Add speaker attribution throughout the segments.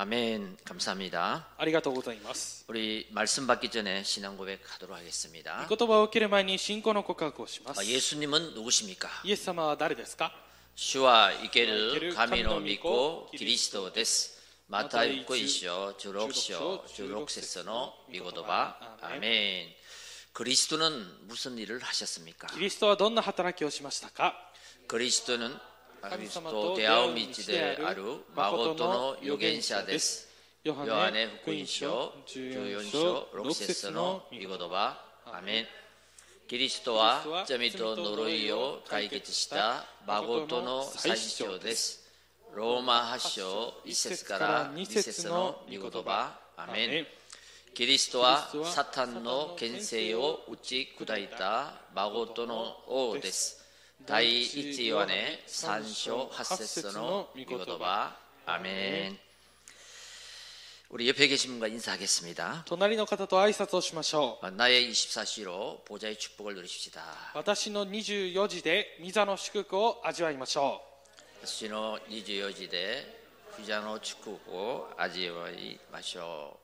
Speaker 1: 아멘. 감사합니다.
Speaker 2: ありがとうございます。
Speaker 1: 우리 말씀 받기 전에 신앙 고백하도록 하겠습니다.
Speaker 2: 言葉を受ける前に信仰の告白をします。
Speaker 1: 아,
Speaker 2: イエス
Speaker 1: 예수님은 누구십니까?
Speaker 2: 様は誰ですか
Speaker 1: 주와 이케르 가미노 믿고 기리시도 데스. 마타 6시 주록쇼 주록세서노 미고도바. 아멘. 그리스도는 무슨 일을 하셨습니까?
Speaker 2: キリストはどんな働きをしましたか
Speaker 1: 그리스도는
Speaker 2: 神様
Speaker 1: 그리스도
Speaker 2: と出会う道
Speaker 1: 네 대아오미지데
Speaker 2: である
Speaker 1: 아루
Speaker 2: 誠
Speaker 1: 마고토노
Speaker 2: の預言者
Speaker 1: 유겐샤
Speaker 2: で
Speaker 1: 데스.
Speaker 2: す。ヨハネ
Speaker 1: 요한의
Speaker 2: 福音書
Speaker 1: 福音書 14장
Speaker 2: 14章
Speaker 1: 6
Speaker 2: 6
Speaker 1: 節
Speaker 2: 節
Speaker 1: の
Speaker 2: の
Speaker 1: 御
Speaker 2: 御
Speaker 1: 言
Speaker 2: 言
Speaker 1: 葉アメンキリスト
Speaker 2: キリスト
Speaker 1: は
Speaker 2: は
Speaker 1: 罪と呪いを解決した誠の最主張ですローマ8章1節から2節の御言葉アメンキリストはサタンの権勢を打ち砕いた誠の王です第一ヨハネ3章8節の御言葉アメン 우리 옆에 계신 분과 인사하겠습니다.
Speaker 2: 隣の方と挨拶をしましょう。
Speaker 1: 나의 24시로 보좌의 축복을 누리십시다.
Speaker 2: 私の24時で御座の祝福を味わいましょ
Speaker 1: 시노 24시대 휘자노 축구고 아지와이 마쇼.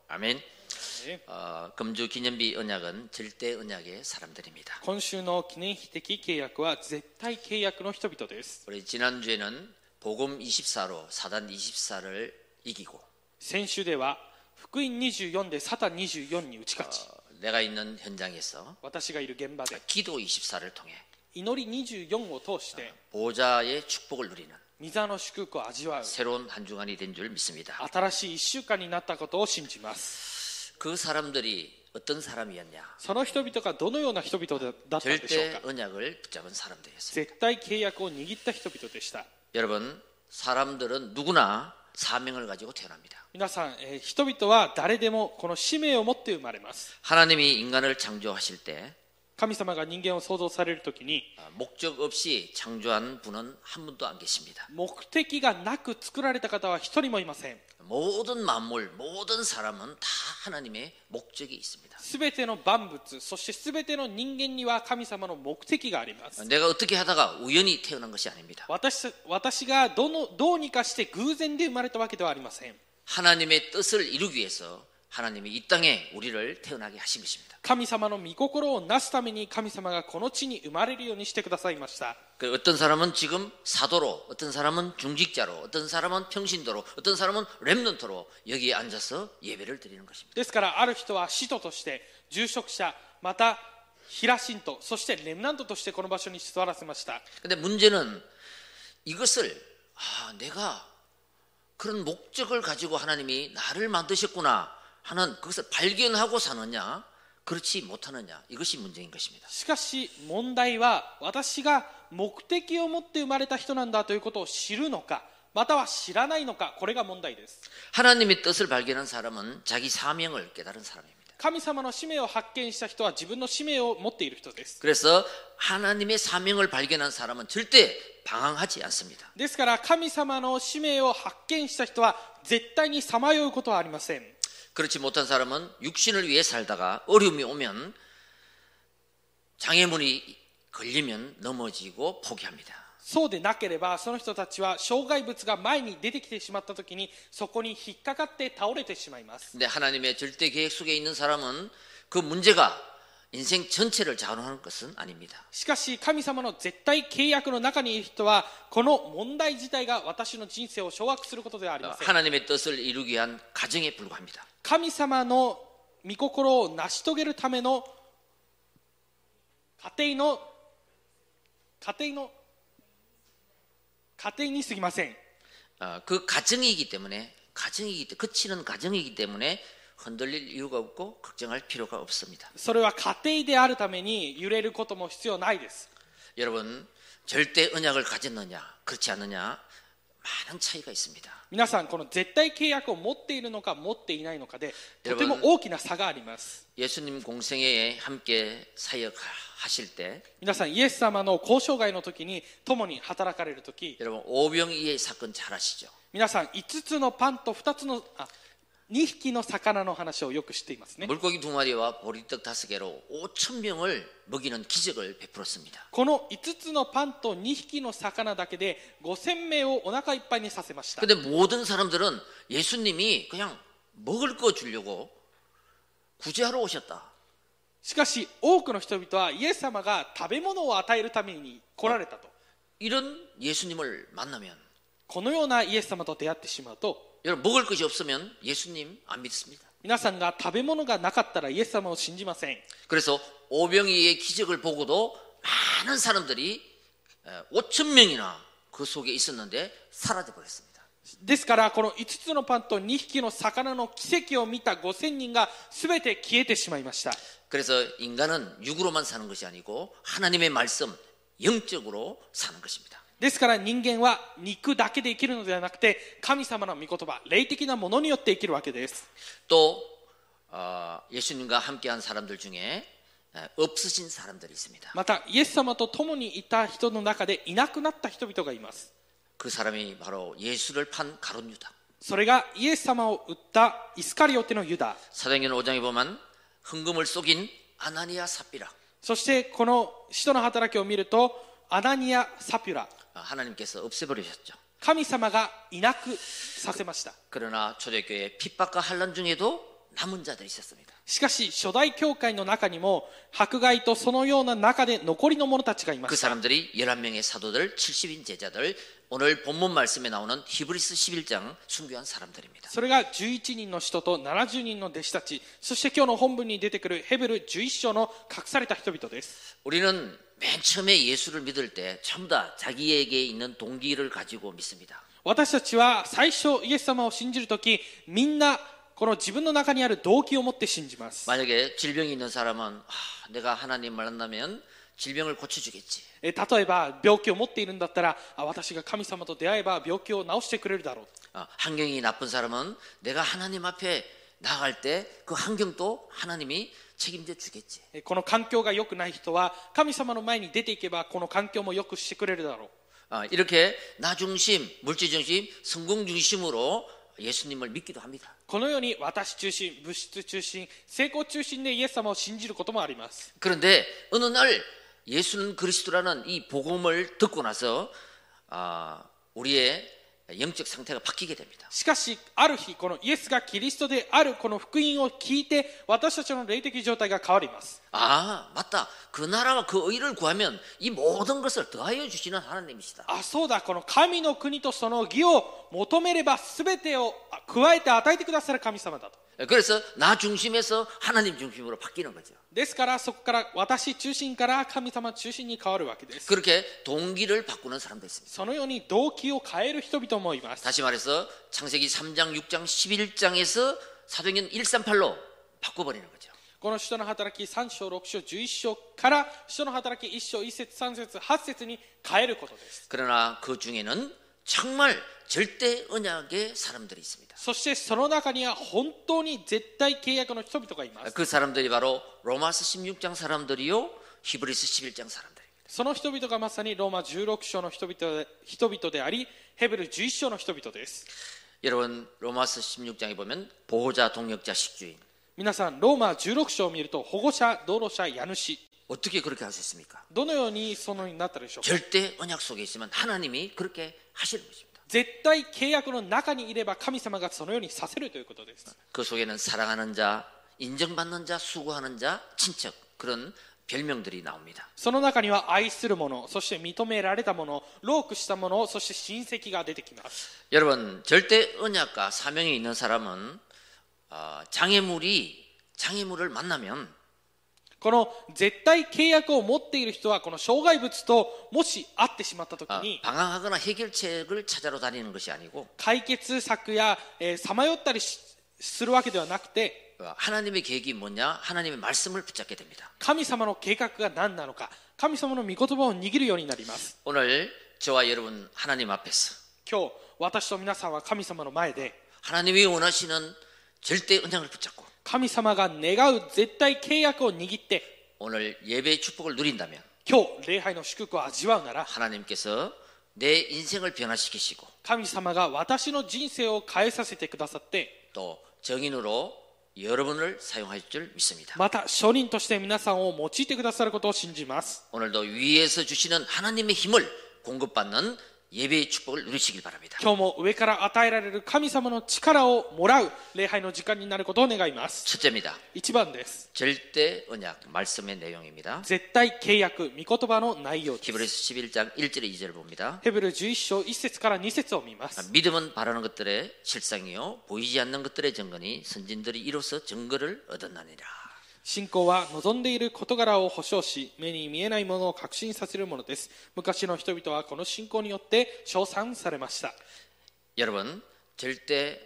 Speaker 1: 아멘.
Speaker 2: う。ね
Speaker 1: 어, 금주 기념비 언약은 절대 언약의 사람들입니다.
Speaker 2: 今週の記念碑的契約は絶対契約の人々です。
Speaker 1: 우리 지난주에는 복음 24로 사단 24를 이기고 어,
Speaker 2: 先週では福音24でサタン24に打ち勝ち
Speaker 1: 어, 내가 있는 현장에서
Speaker 2: 私がいる現場で
Speaker 1: 기도 24를 통해
Speaker 2: 祈り24を通して
Speaker 1: 보좌의 축복을 누리는
Speaker 2: 御座の祝福を味わう
Speaker 1: 새로운 한 주간이 된 줄 믿습니다.
Speaker 2: 新しい1週間になったことを信じます
Speaker 1: 그 사람들이 어떤 사람이었냐?
Speaker 2: その人々がどのような人々だだったんでしょう
Speaker 1: 절대
Speaker 2: か
Speaker 1: 언약을 붙잡은 사람들이었습니다.
Speaker 2: 絶対契約を握った人々でした
Speaker 1: 여러분, 사람들은 누구나 사명을 가지고 태어납니다.
Speaker 2: 皆さん、えー人々は誰でもこの使命を持って生まれます
Speaker 1: 하나님이 인간을 창조하실 때
Speaker 2: 神様が人間を創造される時に
Speaker 1: 아, 목적 없이 창조한 분은 한 분도 안 계십니다.
Speaker 2: 目的がなく作られた方は一人もいません
Speaker 1: 모든 만물, 모든 사람은 다 하나님의 목적이 있습니다.
Speaker 2: 全ての万物そして全ての人間には神様の目的があります
Speaker 1: 내가 어떻게 하다가 우연히 태어난 것이 아닙니다.
Speaker 2: 私た私がどのどうにかして偶然で生まれたわけではありません
Speaker 1: 하나님의 뜻을 이루기 위해서 하나님이 이 땅에 우리를 태어나게 하신 것입니다.
Speaker 2: 神様の御心をなすために神様がこの地に生まれるようにしてくださいました
Speaker 1: 그 어떤 사람은 지금 사도로, 어떤 사람은 중직자로, 어떤 사람은 평신도로, 어떤 사람은 렘넌트로 여기에 앉아서 예배를 드리는 것입니다.
Speaker 2: ですからある人は使徒として住職者また平信徒そしてレムナントとしてこの場所に座らせました
Speaker 1: 근데 문제는 이것을 아, 내가 그런 목적을 가지고 하나님이 나를 만드셨구나 하는 그것을 발견하고 사느냐 그렇지 못하느냐 이것이 문제인 것입니다.
Speaker 2: しかし問題は私が目的を持って生まれた人なんだということを知るのかまたは知らないのかこれが問題です
Speaker 1: 하나님의 뜻을 발견한 사람은 자기 사명을 깨달은 사람입니다.
Speaker 2: 神様の使命を発見した人は自分の使命を持っている人です
Speaker 1: 그래서 하나님의 사명을 발견한 사람은 절대 방황하지 않습니다.
Speaker 2: ですから神様の使命を発見した人は絶対にさまようことはありません
Speaker 1: 그렇지 못한 사람은 육신을 위해 살다가 어려움이 오면 장애물이 걸리면 넘어지고 포기합니다.
Speaker 2: そうでなければその人たちは障害物が前に出てきてしまった時にそこに引っかかって倒れてしまいます
Speaker 1: 근데 하나님의 절대 계획 속에 있는 사람은 그 문제가 인생 전체를 좌우하는 것은 아닙니다.
Speaker 2: しかし神様の絶対契約の中にいる人はこの問題自体が私の人生を掌握することではありません
Speaker 1: 어, 하나님의 뜻을 이루기 위한 가정에 불과합니다.
Speaker 2: 神様の御心を成し遂げるための家庭の家庭の家庭にすぎません
Speaker 1: 아, 그 가정이기 때문에 가정이기 때문에 그치는 가정이기 때문에 흔들릴 이유가 없고 걱정할 필요가 없습니다.
Speaker 2: それは家庭であるために揺れることも必要ないです。
Speaker 1: 여러분 절대 언약을 가졌느냐 그렇지 않느냐 많은 차이가 있습니다.
Speaker 2: 皆さん、この絶対契約を持っているのか持っていないのかで、とても大きな差があります。
Speaker 1: 예수님 공생애에 함께 사역하실 때
Speaker 2: 皆さん、イエス様の交渉外の時に、共に働かれる時、
Speaker 1: 여러분 오병이의 사건 잘 아시죠?
Speaker 2: 皆さん、5つのパンと2つの、あ、 2匹の魚の話をよくしていますね
Speaker 1: 물고기 두 마리와 보리떡 다섯 개로 5천 명을 먹이는 기적을 베풀었습니다.
Speaker 2: この5つのパンと2匹の魚だけで5000名をお腹いっぱいにさせました
Speaker 1: 근데 모든 사람들은 예수님이 그냥 먹을 거 주려고 구제하러 오셨다.
Speaker 2: しかし多くの人々はイエス様が食べ物を与えるために来られたと
Speaker 1: 이런 예수님을 만나면
Speaker 2: このようなイエス様と出会ってしまうと
Speaker 1: 여러분 먹을 것이 없으면 예수님 안 믿습니다.
Speaker 2: 皆さんが食べ物がなかったらイエス様を信じません
Speaker 1: 그래서 오병이의 기적을 보고도 많은 사람들이 5천 명이나 그 속에 있었는데 사라져 버렸습니다.
Speaker 2: ですからこの5つのパンと2匹の魚の奇跡を見た5000人が全て消えてしまいました
Speaker 1: 그래서 인간은 육으로만 사는 것이 아니고 하나님의 말씀 영적으로 사는 것입니다.
Speaker 2: ですから人間は肉だけで生きるのではなくて神様の御言葉霊的なものによって生きるわけです
Speaker 1: 또 어, 예수님과 함께한 사람들 중에 어, 없으신 사람들이 있습니다.
Speaker 2: またイエス様と共にいた人の中でいなくなった人々がいます
Speaker 1: 그 사람이 바로 예수를 판 가룟 유다.
Speaker 2: それがイエス様を売ったイスカリオテのユダ
Speaker 1: 사도행전 5장에 보면 흥금을 속인 아나니아 삽비라
Speaker 2: そしてこの使徒の働きを見るとアナニア・サピュラ
Speaker 1: 어, 하나님께서 없애버리셨죠.
Speaker 2: 神様がいなくさせました
Speaker 1: 그러나 초대교회 핍박과 환란 중에도 남은 자들이 있었습니다.
Speaker 2: しかし初代教会の中にも迫害とそのような中で残りの者たちがいま
Speaker 1: 그
Speaker 2: す
Speaker 1: 사람들이 11명의 사도들, 70인 제자들, 오늘 본문 말씀에 나오는 히브리스 11장 순교한 사람들입니다.
Speaker 2: それが11人の使徒と70人の弟子たちそして今日の本文に出てくるヘブル11章の隠された人々です
Speaker 1: 우리는 맨 처음에 예수를 믿을 때 전부 다 자기에게 있는 동기를 가지고 믿습니다.
Speaker 2: 私たちは最初イエス様を信じるときみんなこの自分の中にある動機を持って信じます
Speaker 1: 만약에 질병이 있는 사람은 아, 내가 하나님 만난다면 질병을 고쳐주겠지.
Speaker 2: えー例えば病気を持っているんだったらあ私が神様と出会えば病気を治してくれるだろう
Speaker 1: 어, 환경이 나쁜 사람은 내가 하나님 앞에 나갈 때 그 환경도 하나님이 책임져 주겠지.
Speaker 2: えーこの環境が良くない人は神様の前に出ていけばこの環境も良くしてくれるだろう
Speaker 1: 아, 이렇게 나 중심, 물질 중심, 성공 중심으로 예수님을 믿기도 합니다.
Speaker 2: このように私中心物質中心成功中心でイエス様を信じることもあります
Speaker 1: 그런데 어느 날 예수는 그리스도라는 이 복음을 듣고 나서 아, 우리의 영적 상태가 바뀌게 됩니다.
Speaker 2: しかしある日このイエスがキリストであるこの福音を聞いて私たちの霊的状態が変わります
Speaker 1: 아, 맞다. 그 나라와 그 의를 구하면 이 모든 것을 더하여 주시는 하나님이시다.
Speaker 2: あそうだこの神の国とその義を求めれば全てをあ加えて与えてくださる神様だと
Speaker 1: 예, 그래서 나 중심에서 하나님 중심으로 바뀌는 거죠.
Speaker 2: ですからそこから私中心から神様中心に変わるわけです
Speaker 1: 그렇게 동기를 바꾸는 사람도 있습니다.
Speaker 2: そのように動機を変える人々もいます
Speaker 1: 다시 말해서 창세기 3장, 6장, 11장에서 사도행전 138로 바꿔버리는 거죠.
Speaker 2: この人の働き3章6章11章から人の働き1章1節3節8節に変えることです
Speaker 1: 그러나 그 중에는 정말 절대 언약의 사람들이 있습니다.
Speaker 2: そしてその中には本当に絶対契約の人々がいます
Speaker 1: 그 사람들이 바로 로마서 16장 사람들이요, 히브리스 11장 사람들입니다.
Speaker 2: その人々がまさにローマ16章の人々で人々でありヘブル11章の人々です
Speaker 1: 여러분 로마서 16장에 보면 보호자, 동역자, 식주인
Speaker 2: 皆さんローマ16章を見ると保護者道路者家主
Speaker 1: 어떻게 그렇게 할 수 있습니까?
Speaker 2: どのようにそのようになったでしょうか
Speaker 1: 절대 언약 속에 있으면 하나님이 그렇게 하시는 것입니다.
Speaker 2: 絶対契約の中にいれば神様がそのようにさせるということです
Speaker 1: 그 속에는 사랑하는 자, 인정받는 자, 수고하는 자, 친척 그런 별명들이 나옵니다.
Speaker 2: その中には愛する者そして認められた者ロークした者そして親戚が出てきます
Speaker 1: 여러분 절대 언약과 사명이 있는 사람은 아, 장애물이 장애물을 만나면
Speaker 2: この絶対契約を持っている人はこの障害物ともし会ってしまった時
Speaker 1: 아,
Speaker 2: に
Speaker 1: 방황하거나 해결책을 찾아러 다니는 것이 아니고
Speaker 2: 解決策やさまよったりしするわけではなくて
Speaker 1: 어, 하나님의 계획이 뭐냐 하나님의 말씀을 붙잡게 됩니다.
Speaker 2: 神様の計画が何なのか神様の御言葉を握るようになります
Speaker 1: 오늘 저와 여러분 하나님 앞에서
Speaker 2: 今日私と皆さんは神様の前で
Speaker 1: 하나님이 원하시는 절대 언약을 붙잡고
Speaker 2: 神様が願う絶対契約を握って
Speaker 1: 오늘 예배의 축복을 누린다면
Speaker 2: 今日礼拝の祝福を味わうなら
Speaker 1: 하나님께서 내 인생을 변화시키시고
Speaker 2: 神様が私の人生を変えさせてくださって
Speaker 1: 또 정인으로 여러분을 사용할 줄 믿습니다.
Speaker 2: また証人として皆さんを用いてくださることを信じます
Speaker 1: 오늘도 위에서 주시는 하나님의 힘을 공급받는 예배의 축복을 누리시길 바랍니다.
Speaker 2: 今日も上から与えられる神様の力をもらう礼拝の時間になることを願います
Speaker 1: 첫째입니다.
Speaker 2: 1番です
Speaker 1: 절대 언약 말씀의 내용입니다.
Speaker 2: 絶対契約御言葉の内容です
Speaker 1: 히브리서 11장 1절에 2절을 봅니다.
Speaker 2: ヘブル11章1節から2節を見ます
Speaker 1: 믿음은 바라는 것들의 실상이요 보이지 않는 것들의 증거니 선진들이 이로써 증거를 얻었나니라.
Speaker 2: 信仰は望んでいる事柄を保証し目に見えないものを確信させるものです昔の人々はこの信仰によって称賛されました
Speaker 1: 여러분 절대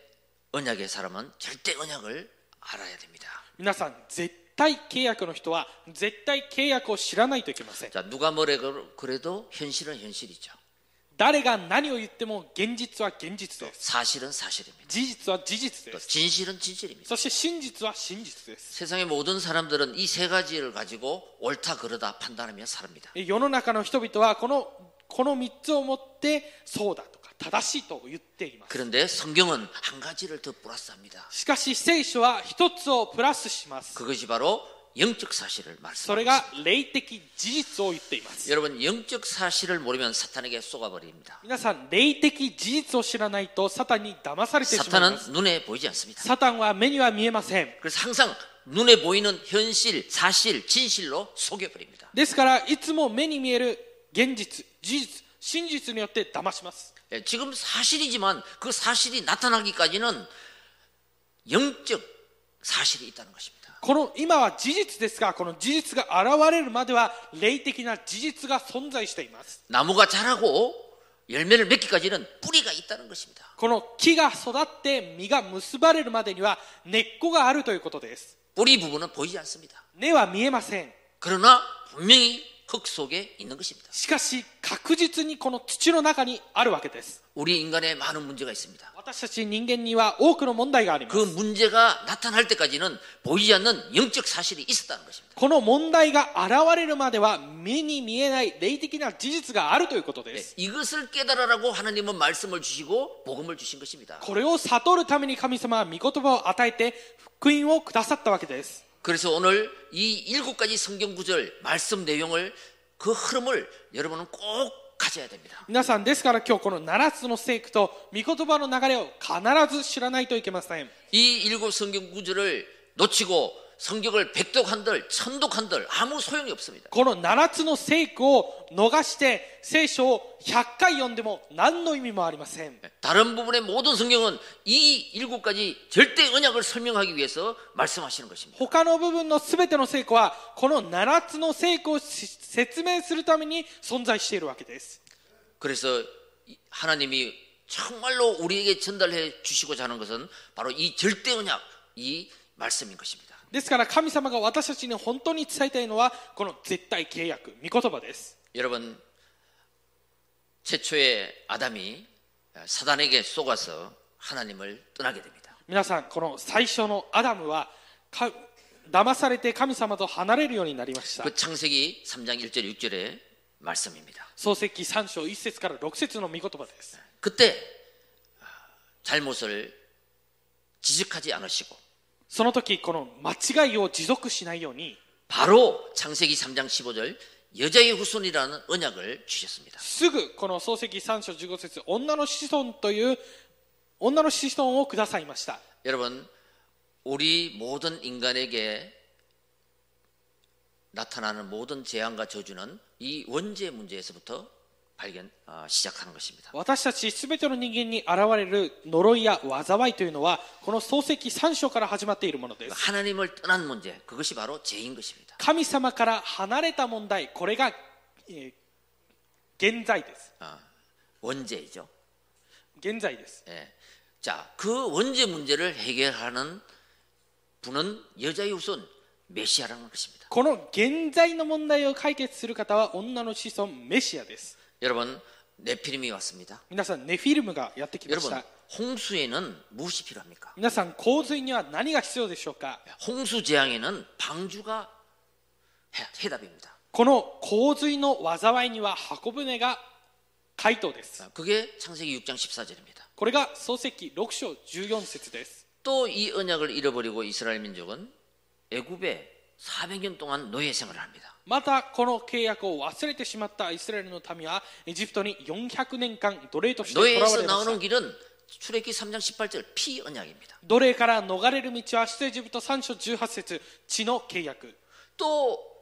Speaker 1: 언약의 사람은 절대 언약을 알아야 됩니다.
Speaker 2: 皆さん絶対契約の人は絶対契約を知らないといけません
Speaker 1: 자, 누가 뭐래 그래도 현실은 현실이죠.
Speaker 2: 誰が何を言っても現実は現実です
Speaker 1: 사실은 사실입니다.
Speaker 2: 事実は事実
Speaker 1: 또
Speaker 2: です
Speaker 1: 진실은 진실입니다.
Speaker 2: そして真実は真実です
Speaker 1: 세상의 모든 사람들은 이 세 가지를 가지고 옳다 그러다 판단하며 삽니다.
Speaker 2: 世の中の人々はこのこの3つをもってそうだとか正しいと言っています
Speaker 1: 그런데 성경은 한 가지를 더 플러스합니다.
Speaker 2: しかし聖書は1つをプラスします
Speaker 1: 그것이 바로 영적 사실을
Speaker 2: それ
Speaker 1: 말씀합니다.
Speaker 2: が霊的事実を言っています
Speaker 1: 여러분 영적 사실을 모르면 사탄에게 속아버립니다.
Speaker 2: 皆さん霊的事実を知らないとサタンに騙されてしまいます
Speaker 1: 사탄은 눈에 보이지 않습니다.
Speaker 2: サタンは目には見えません
Speaker 1: 그래서 항상 눈에 보이는 현실, 사실, 진실로 속여버립니다.
Speaker 2: ですからいつも目に見える現実事実真実によって騙します
Speaker 1: 예, 지금 사실이지만 그 사실이 나타나기까지는 영적 사실이 있다는 것입니다.
Speaker 2: この今は事実ですがこの事実が現れるまでは霊的な事実が存在しています
Speaker 1: 나무가 자라고 열매를 맺기까지는 뿌리가 있다는 것입니다.
Speaker 2: この木が育って実が結ばれるまでには根っこがあるということです
Speaker 1: 뿌리 부분은 보이지 않습니다.
Speaker 2: 根は見えません
Speaker 1: 그러나 분명히 흙 속에 있는 것입니다.
Speaker 2: しかし確実にこの土の中にあるわけです
Speaker 1: 우리 인간의 많은 문제가 있습니다.
Speaker 2: 私たち人間には多くの問題があります
Speaker 1: 그 문제가 나타날 때까지는 보이지 않는 영적 사실이 있었다는 것입니다.
Speaker 2: この問題が現れるまでは目に見えない霊的な事実があるということで
Speaker 1: 예,
Speaker 2: す
Speaker 1: 이것을 깨달으라고 하나님은 말씀을 주시고 복음을 주신 것입니다.
Speaker 2: これを悟るために神様は御言葉を与えて福音をくださったわけです
Speaker 1: 그래서 오늘 이 일곱 가지 성경 구절 말씀 내용을 그 흐름을 여러분은 꼭 가져야 됩니다.
Speaker 2: 皆さんですから今日この7つの聖句と御言葉の流れを必ず知らないといけません
Speaker 1: 이 일곱 성경 구절을 놓치고 성경을 백독한들 천독한들 아무 소용이 없습니다.
Speaker 2: この7つの聖句を逃して聖書を100回読んでも何の意味もありません
Speaker 1: 네. 다른 부분의 모든 성경은 이 일곱 가지 절대 언약을 설명하기 위해서 말씀하시는 것입니다.
Speaker 2: 他の部分の全ての聖句はこの7つの聖句をし説明するために存在しているわけです
Speaker 1: 그래서 이- 하나님이 정말로 우리에게 전달해 주시고자 하는 것은 바로 이 절대 언약 이 말씀인 것입니다.
Speaker 2: ですから神様が私たちに本当に伝えたいのはこの絶対契約御言葉です
Speaker 1: 여러분 최초의 아담이 사단에게 속아서 하나님을 떠나게 됩니다.
Speaker 2: 皆さんこの最初のアダムはか騙されて神様と離れるようになりました
Speaker 1: 그 창세기 3장 1절 6절의 말씀입니다.
Speaker 2: 創世記3章1節から6節の御言葉です
Speaker 1: 그때 아, 잘못을 지적하지 않으시고
Speaker 2: その時この間違いを持続しないように
Speaker 1: 바로 창세기 3장 15절 여자의 후손이라는 언약을 주셨습니다.
Speaker 2: すぐこの創世記3章15節女の子孫という女の子孫をくださいました
Speaker 1: 여러분 우리 모든 인간에게 나타나는 모든 재앙과 저주는 이 원죄 문제에서부터 발견 아, 시작하는 것입니다.
Speaker 2: 私たち全ての人間に現れる呪いや災いというのはこの創世記3章から始まっているものです
Speaker 1: 하나님을 떠난 문제 그것이 바로 죄인 것입니다.
Speaker 2: 神様から離れた問題これが、えー現在です
Speaker 1: 아, 원죄이죠.
Speaker 2: 現在です
Speaker 1: 예. 자, 그 원죄 문제를 해결하는 분은 여자의 후손 메시아라는 것입니다.
Speaker 2: この現在の問題を解決する方は女の子孫メシアです
Speaker 1: 여러분 네피림이 왔습니다.
Speaker 2: 皆さんネフィルムがやってきまし
Speaker 1: 여러분
Speaker 2: た
Speaker 1: 홍수에는 무엇이 필요합니까?
Speaker 2: 皆さん洪水には何が必要でしょうか
Speaker 1: 홍수 재앙에는 방주가 해- 해답입니다.
Speaker 2: この洪水の災いには箱舟が回答です
Speaker 1: 자, 아, 그게 창세기 6장 14절입니다.
Speaker 2: これが創世記6章14節です
Speaker 1: 또 이 언약을 잃어버리고 이스라엘 민족은 애굽에 400년 동안 노예 생활을 합니다.
Speaker 2: またこの契約を忘れてしまったイスラエルの民はエジプトに400年間奴隷として囚わ
Speaker 1: 노예에서
Speaker 2: れました
Speaker 1: 나오는 길은 출애기 3장 18절 피 언약입니다.
Speaker 2: 奴隷から逃れる道は出エジプト3章18節地の契約
Speaker 1: 또 이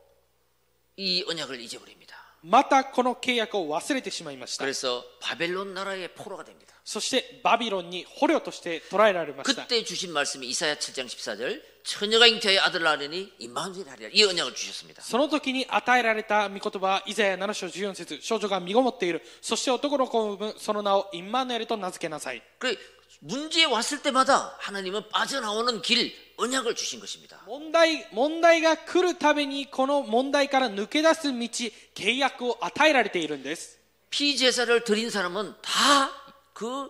Speaker 1: 언약을 잊어버립니다.
Speaker 2: またこの契約を忘れてしまいました
Speaker 1: 그래서 바벨론 나라의 포로가 됩니다.
Speaker 2: そしてバビロンに捕虜として捕らえられました
Speaker 1: 그때 주신 말씀이 이사야 7장 14절 처녀가 잉태하여 아들 낳으니 임마누엘 하리라 이 언약을 주셨습니다.
Speaker 2: その時に与えられた御言葉はイザヤ7章14節少女が身ごもっているそして男の子を産むその名をインマヌエルと名付けなさい
Speaker 1: 그 문제에 왔을 때마다 하나님은 빠져나오는 길 언약을 주신 것입니다.
Speaker 2: 問題問題が来るたびにこの問題から抜け出す道契約を与えられているんです
Speaker 1: 피제사를 드린 사람은 다 그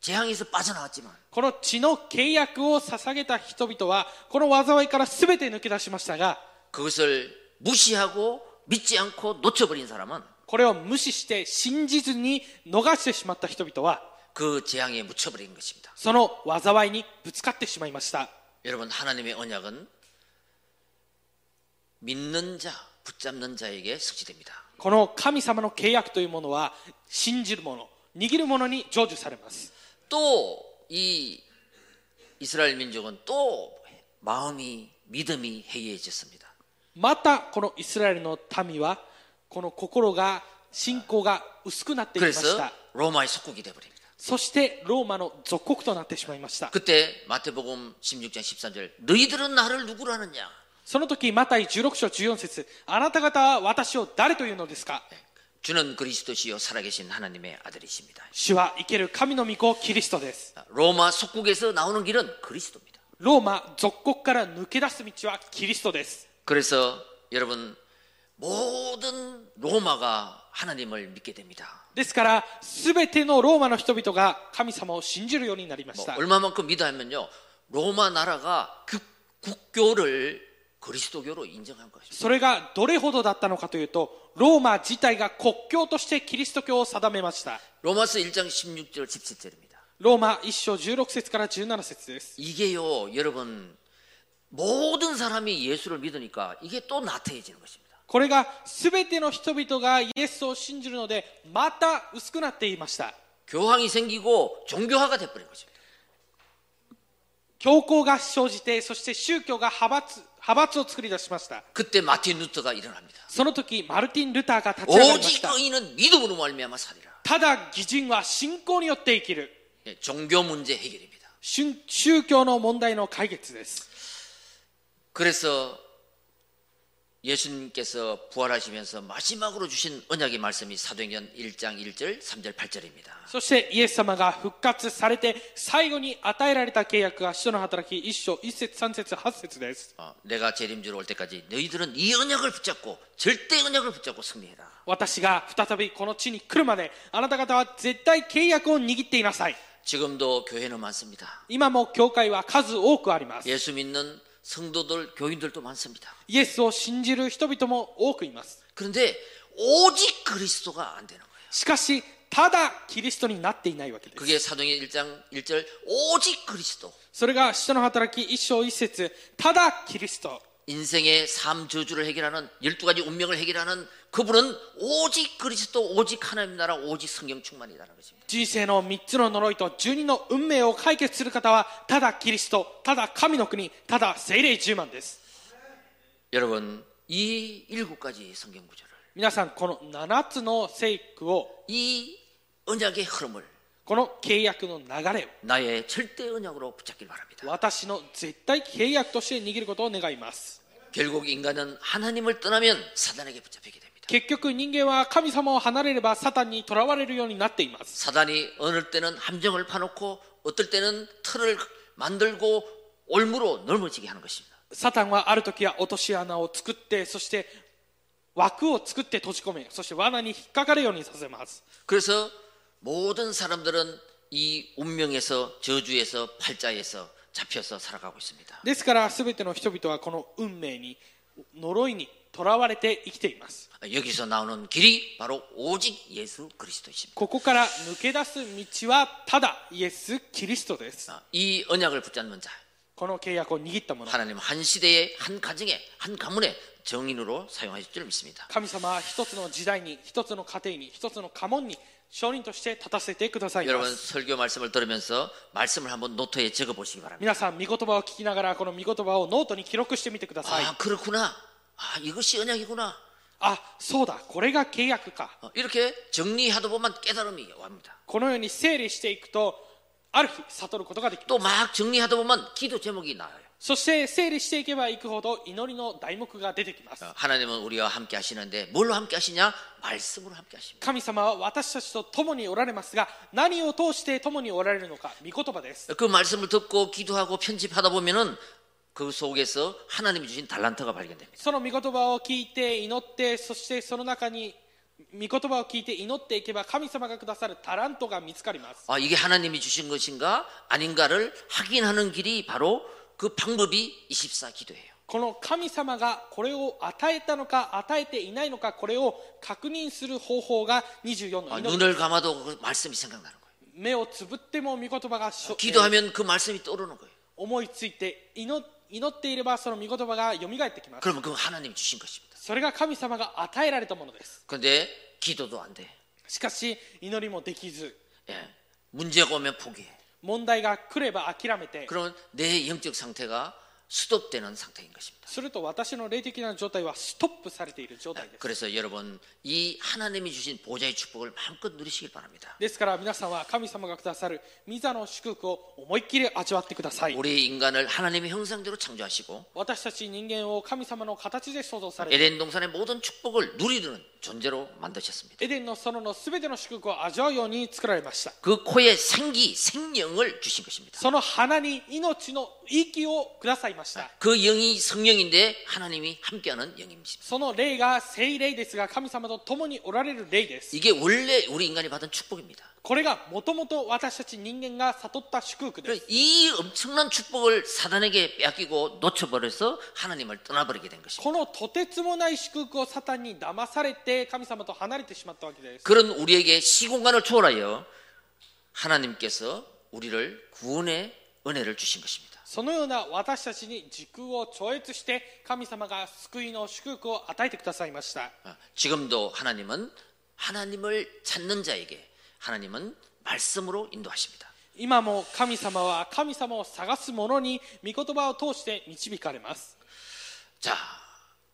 Speaker 1: 재앙에서 빠져나왔지만
Speaker 2: この血の契約を捧げた人々はこの災いから全て抜け出しましたが
Speaker 1: 그것을 무시하고 믿지 않고 놓쳐버린 사람은
Speaker 2: これを無視して信じずに逃してしまった人々は
Speaker 1: 그 재앙에 묻혀버린 것입니다.
Speaker 2: その災いにぶつかってしまいました
Speaker 1: 여러분 하나님의 언약은 믿는 자 붙잡는 자에게 성취됩니다.
Speaker 2: この神様の契約というものは信じる者握る者に成就されます
Speaker 1: 또 이 이스라엘 민족은 또 마음이 믿음이 해이해졌습니다.
Speaker 2: またこのイスラエルの民はこの心が信仰が薄くなっていきまし
Speaker 1: 그래서
Speaker 2: た
Speaker 1: 로마의 속국이 되어버립니다.
Speaker 2: そしてローマの属国となってしまいました
Speaker 1: 그때 마태복음 16장 13절 너희들은 나를 누구로 하느냐
Speaker 2: その時マタイ16章14節あなた方は私を誰というのですか
Speaker 1: 주는 그리스도시요 살아계신 하나님의 아들이십니다.
Speaker 2: 主は生ける神の御子キリストです
Speaker 1: 로마 속국에서 나오는 길은 그리스도입니다.
Speaker 2: ローマ属国から抜け出す道はキリストです
Speaker 1: 그래서 여러분 모든 로마가 하나님을 믿게 됩니다.
Speaker 2: ですから全てのローマの人々が神様を信じるようになりまし
Speaker 1: 뭐
Speaker 2: た
Speaker 1: 얼마만큼 믿어하면요 로마 나라가 그 국교를 그리스도교로 인정한 것입니다.
Speaker 2: それがどれほどだったのかというとローマ自体が国教としてキリスト教を定めました
Speaker 1: 로마서 1장 16절 17절입니다.
Speaker 2: ローマ1章16節から17節です
Speaker 1: 이게요 여러분 모든 사람이 예수를 믿으니까 이게 또 나태해지는 것입니다.
Speaker 2: これが全ての人々がイエスを信じるのでまた薄くなっていました
Speaker 1: 교황이 생기고 종교화가 돼버린 것입니다.
Speaker 2: 教皇が生じてそして宗教が派閥派閥を作り出しました
Speaker 1: 그때 마틴 루터가 일어납니다.
Speaker 2: その時マルティン・ルターが立ち上がりまし
Speaker 1: 오직
Speaker 2: た
Speaker 1: 의인은 믿음으로 말미암아 살리라.
Speaker 2: ただ義人は信仰によって生きる
Speaker 1: 예, 종교 문제 해결입니다.
Speaker 2: 宗宗教の問題の解決です
Speaker 1: 그래서 예수님께서 부활하시면서 마지막으로 주신 언약의 말씀이 사도행전 1장 1절 3절 8절입니다.
Speaker 2: そしてイエス様が復活されて最後に与えられた契約が使徒の働き1章1節3節8節です
Speaker 1: 어, 내가 재림주로 올 때까지 너희들은 이 언약을 붙잡고 절대 언약을 붙잡고 승리해라.
Speaker 2: 私が再びこの地に来るまであなた方は絶対契約を握っていなさい
Speaker 1: 지금도 교회는 많습니다.
Speaker 2: 今も教会は数多くあります
Speaker 1: 예수 믿는 성도들 교인들도 많습니다.
Speaker 2: イエスを信じる人々も多くいます
Speaker 1: 그런데 오직 그리스도가 안 되는 거예요.
Speaker 2: しかしただキリストになっていないわけです
Speaker 1: 그게 사도행전 1장 1절 오직 그리스도.
Speaker 2: それが使徒の働き1章1節ただキリスト
Speaker 1: 인생의 삶 저주를 해결하는 12가지 운명을 해결하는 그분은 오직 그리스도 오직 하나님 나라 오직 성령 충만이다라는 것입니다.
Speaker 2: 人生の3つの呪いと12の運命を解決する方はただキリストただ神の国ただ聖霊10万です
Speaker 1: 여러분 이 일곱 가지 성경 구절을
Speaker 2: 皆さんこの7つの聖句を
Speaker 1: 이 언약의 흐름을
Speaker 2: この契約の流れ
Speaker 1: 나의 절대 언약으로 붙잡길 바랍니다.
Speaker 2: を私の絶対契約として握ることを願います
Speaker 1: 결국 인간은 하나님을 떠나면 사단에게 붙잡히게 됩니다.
Speaker 2: 結局人間は神様を離れればサタンにとらわれるようになっています
Speaker 1: 사단이 어느 때는 함정을 파놓고 어떨 때는 틀을 만들고 올무로 넓어지게 하는 것입니다.
Speaker 2: サタンはある時は落とし穴を作ってそして枠を作って閉じ込めそして罠に引っかかるようにさせます
Speaker 1: 그래서 모든 사람들은 이 운명에서 저주에서 팔자에서 잡혀서 살아가고 있습니다.
Speaker 2: ですから全ての人々はこの運命に呪いにとらわれて生きています
Speaker 1: 여기서 나오는 길이 바로 오직 예수 그리스도이십니다.
Speaker 2: ここから抜け出す道はただイエス・キリストです
Speaker 1: 아, 이 언약을 붙잡는 자,
Speaker 2: この契約を握ったもの
Speaker 1: 하나님 한 시대에 한 가정에 한 가문에 정인으로 사용하실 줄 믿습니다.
Speaker 2: 神様は一つの時代に一つの家庭に一つの家紋に証人として立たせてくださいま
Speaker 1: 여러분
Speaker 2: す
Speaker 1: 설교 말씀을 들으면서 말씀을 한번 노트에 적어 보시기 바랍니다.
Speaker 2: 皆さん御言葉を聞きながらこの御言葉をノートに記録してみてください
Speaker 1: 아 그렇구나. 아 이것이 언약이구나.
Speaker 2: あそうだこれが契約か
Speaker 1: 어, 이렇게 정리하다 보면 깨달음이 옵니다.
Speaker 2: このように整理していくとある日悟ることができる
Speaker 1: 또 막 정리하다 보면 기도 제목이 나와요.
Speaker 2: そして整理していけばいくほど祈りの題目が出てきます
Speaker 1: 어, 하나님은 우리와 함께 하시는데 뭘로 함께 하시냐? 말씀으로 함께 하십니다.
Speaker 2: 神様は私たちと共におられますが何を通して共におられるのか御言葉です
Speaker 1: 그 말씀을 듣고 기도하고 편집하다 보면은 그 속에서 하나님이 주신 달란트가 발견됩니다.
Speaker 2: その御言葉を聞いて祈ってそしてその中に御言葉を聞いて祈っていけば神様がくださるタラントが見つかります
Speaker 1: 아, 이게 하나님이 주신 것인가 아닌가를 확인하는 길이 바로 그 방법이 24 기도예요.
Speaker 2: この神様がこれを与えたのか与えていないのかこれを確認する方法が24
Speaker 1: 아,
Speaker 2: の祈り
Speaker 1: 눈을 감아도 그 말씀이 생각나는 거예요.
Speaker 2: 目をつぶっても御言葉がしょ、えー
Speaker 1: 기도하면 그 말씀이 떠오르는 거예요.
Speaker 2: 思いついて祈祈っていればその御言葉が蘇ってきます
Speaker 1: 그러면 그건 하나님이 주신 것입니다.
Speaker 2: それが神様が与えられたものです
Speaker 1: 그런데 기도도 안 돼.
Speaker 2: しかし祈りもできず
Speaker 1: 예. 문제가 오면 포기해.
Speaker 2: 問題が来れば諦めて
Speaker 1: 그러면 내 영적 상태가 수독되는 상태인 것입니다.
Speaker 2: すると私の霊的な状態はストップされている状態です。
Speaker 1: 그래서 여러분 이 하나님이 주신 보좌의 축복을 마음껏 누리시길 바랍니다.
Speaker 2: ですから皆さんは神様がくださるミザの祝福を思いっきり味わってください。
Speaker 1: 우리 인간을 하나님의 형상대로 창조하시고
Speaker 2: 私たち人間を神様の形で創造され、
Speaker 1: 에덴 동산의 모든 축복을 누리는 존재로 만드셨습니다.
Speaker 2: エデンの園のすべての祝福を味わうように作られました。
Speaker 1: 그 코에 생기, 생명을 주신 것입니다.
Speaker 2: その花に命の息をくださいました。
Speaker 1: 그 영이 성령인데 하나님이 함께하는 영입니다.
Speaker 2: その霊が聖霊ですが神様と共におられる霊です。
Speaker 1: 이게 원래 우리 인간이 받은 축복입니다.
Speaker 2: これがもともと私たち人間が悟った祝福です。
Speaker 1: 그래서 이 엄청난 축복을 사단에게 빼앗기고 놓쳐버려서 하나님을 떠나버리게 된 것입니다.
Speaker 2: このとてつもない祝福をサタンに騙されて神様と離れてしまったわけです。
Speaker 1: 그런 우리에게 시공간을 초월하여 하나님께서 우리를 구원의 은혜를 주신 것입니다.
Speaker 2: そのような私たちに時空を超越して神様が救いの祝福を与えてくださいました
Speaker 1: 아, 지금도 하나님은 하나님을 찾는 자에게 하나님은 말씀으로 인도하십니다.
Speaker 2: 今も神様は神様を探す者に御言葉を通して導かれます
Speaker 1: 자,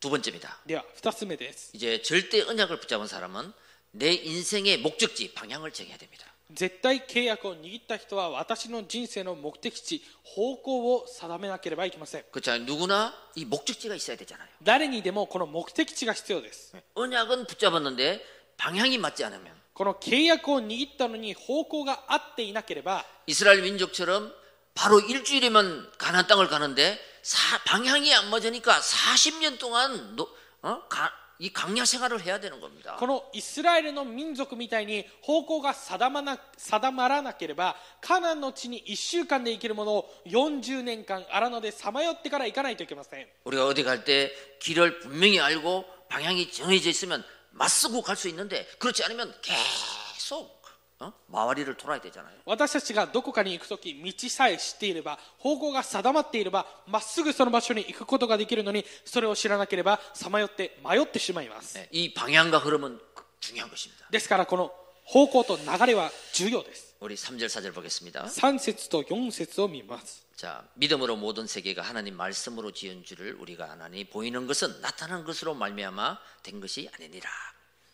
Speaker 1: 두 번째입니다.
Speaker 2: では2つ目です
Speaker 1: 이제 절대 언약을 붙잡은 사람은 내 인생의 목적지, 방향을 정해야 됩니다.
Speaker 2: 絶対契約を握った人は私の人生の目的地方向を定めなければいけません
Speaker 1: 그렇죠. 누구나 이 목적지가 있어야 되잖아요.
Speaker 2: 誰にでもこの目的地が必要です
Speaker 1: 언약은 붙잡았는데 방향이 맞지 않으면
Speaker 2: この契約を握ったのに方向が合っていなければ
Speaker 1: 이스라엘 민족처럼 바로 일주일이면 가나안 땅을 가는데 사- 방향이 안 맞으니까 40년 동안 노- 어? 가- 이 강야 생활을 해야 되는 겁니다.
Speaker 2: このイスラエルの民族みたいに方向が定まな定まらなければカナンの地に1週間で行けるものを40年間荒野でさまよってから行かないといけません
Speaker 1: 우리가 어디 갈 때 길을 분명히 알고 방향이 정해져 있으면 맞서고 갈 수 있는데 그렇지 않으면 계속 어? 마와리를 돌아야 되잖아요.
Speaker 2: 私たちがどこかに行く時道さえ知っていれば方向が定まっていればまっすぐその場所に行くことができるのにそれを知らなければさまよって迷ってしまいます
Speaker 1: 네, 이 방향과 흐름은 그- 중요한 것입니다.
Speaker 2: ですからこの方向と流れは重要です
Speaker 1: 우리 3절 4절 보겠습니다.
Speaker 2: 3節と4節を見ます
Speaker 1: 자, 믿음으로 모든 세계가 하나님 말씀으로 지은 줄을 우리가 아나니 보이는 것은 나타난 것으로 말미암아 된 것이 아니니라.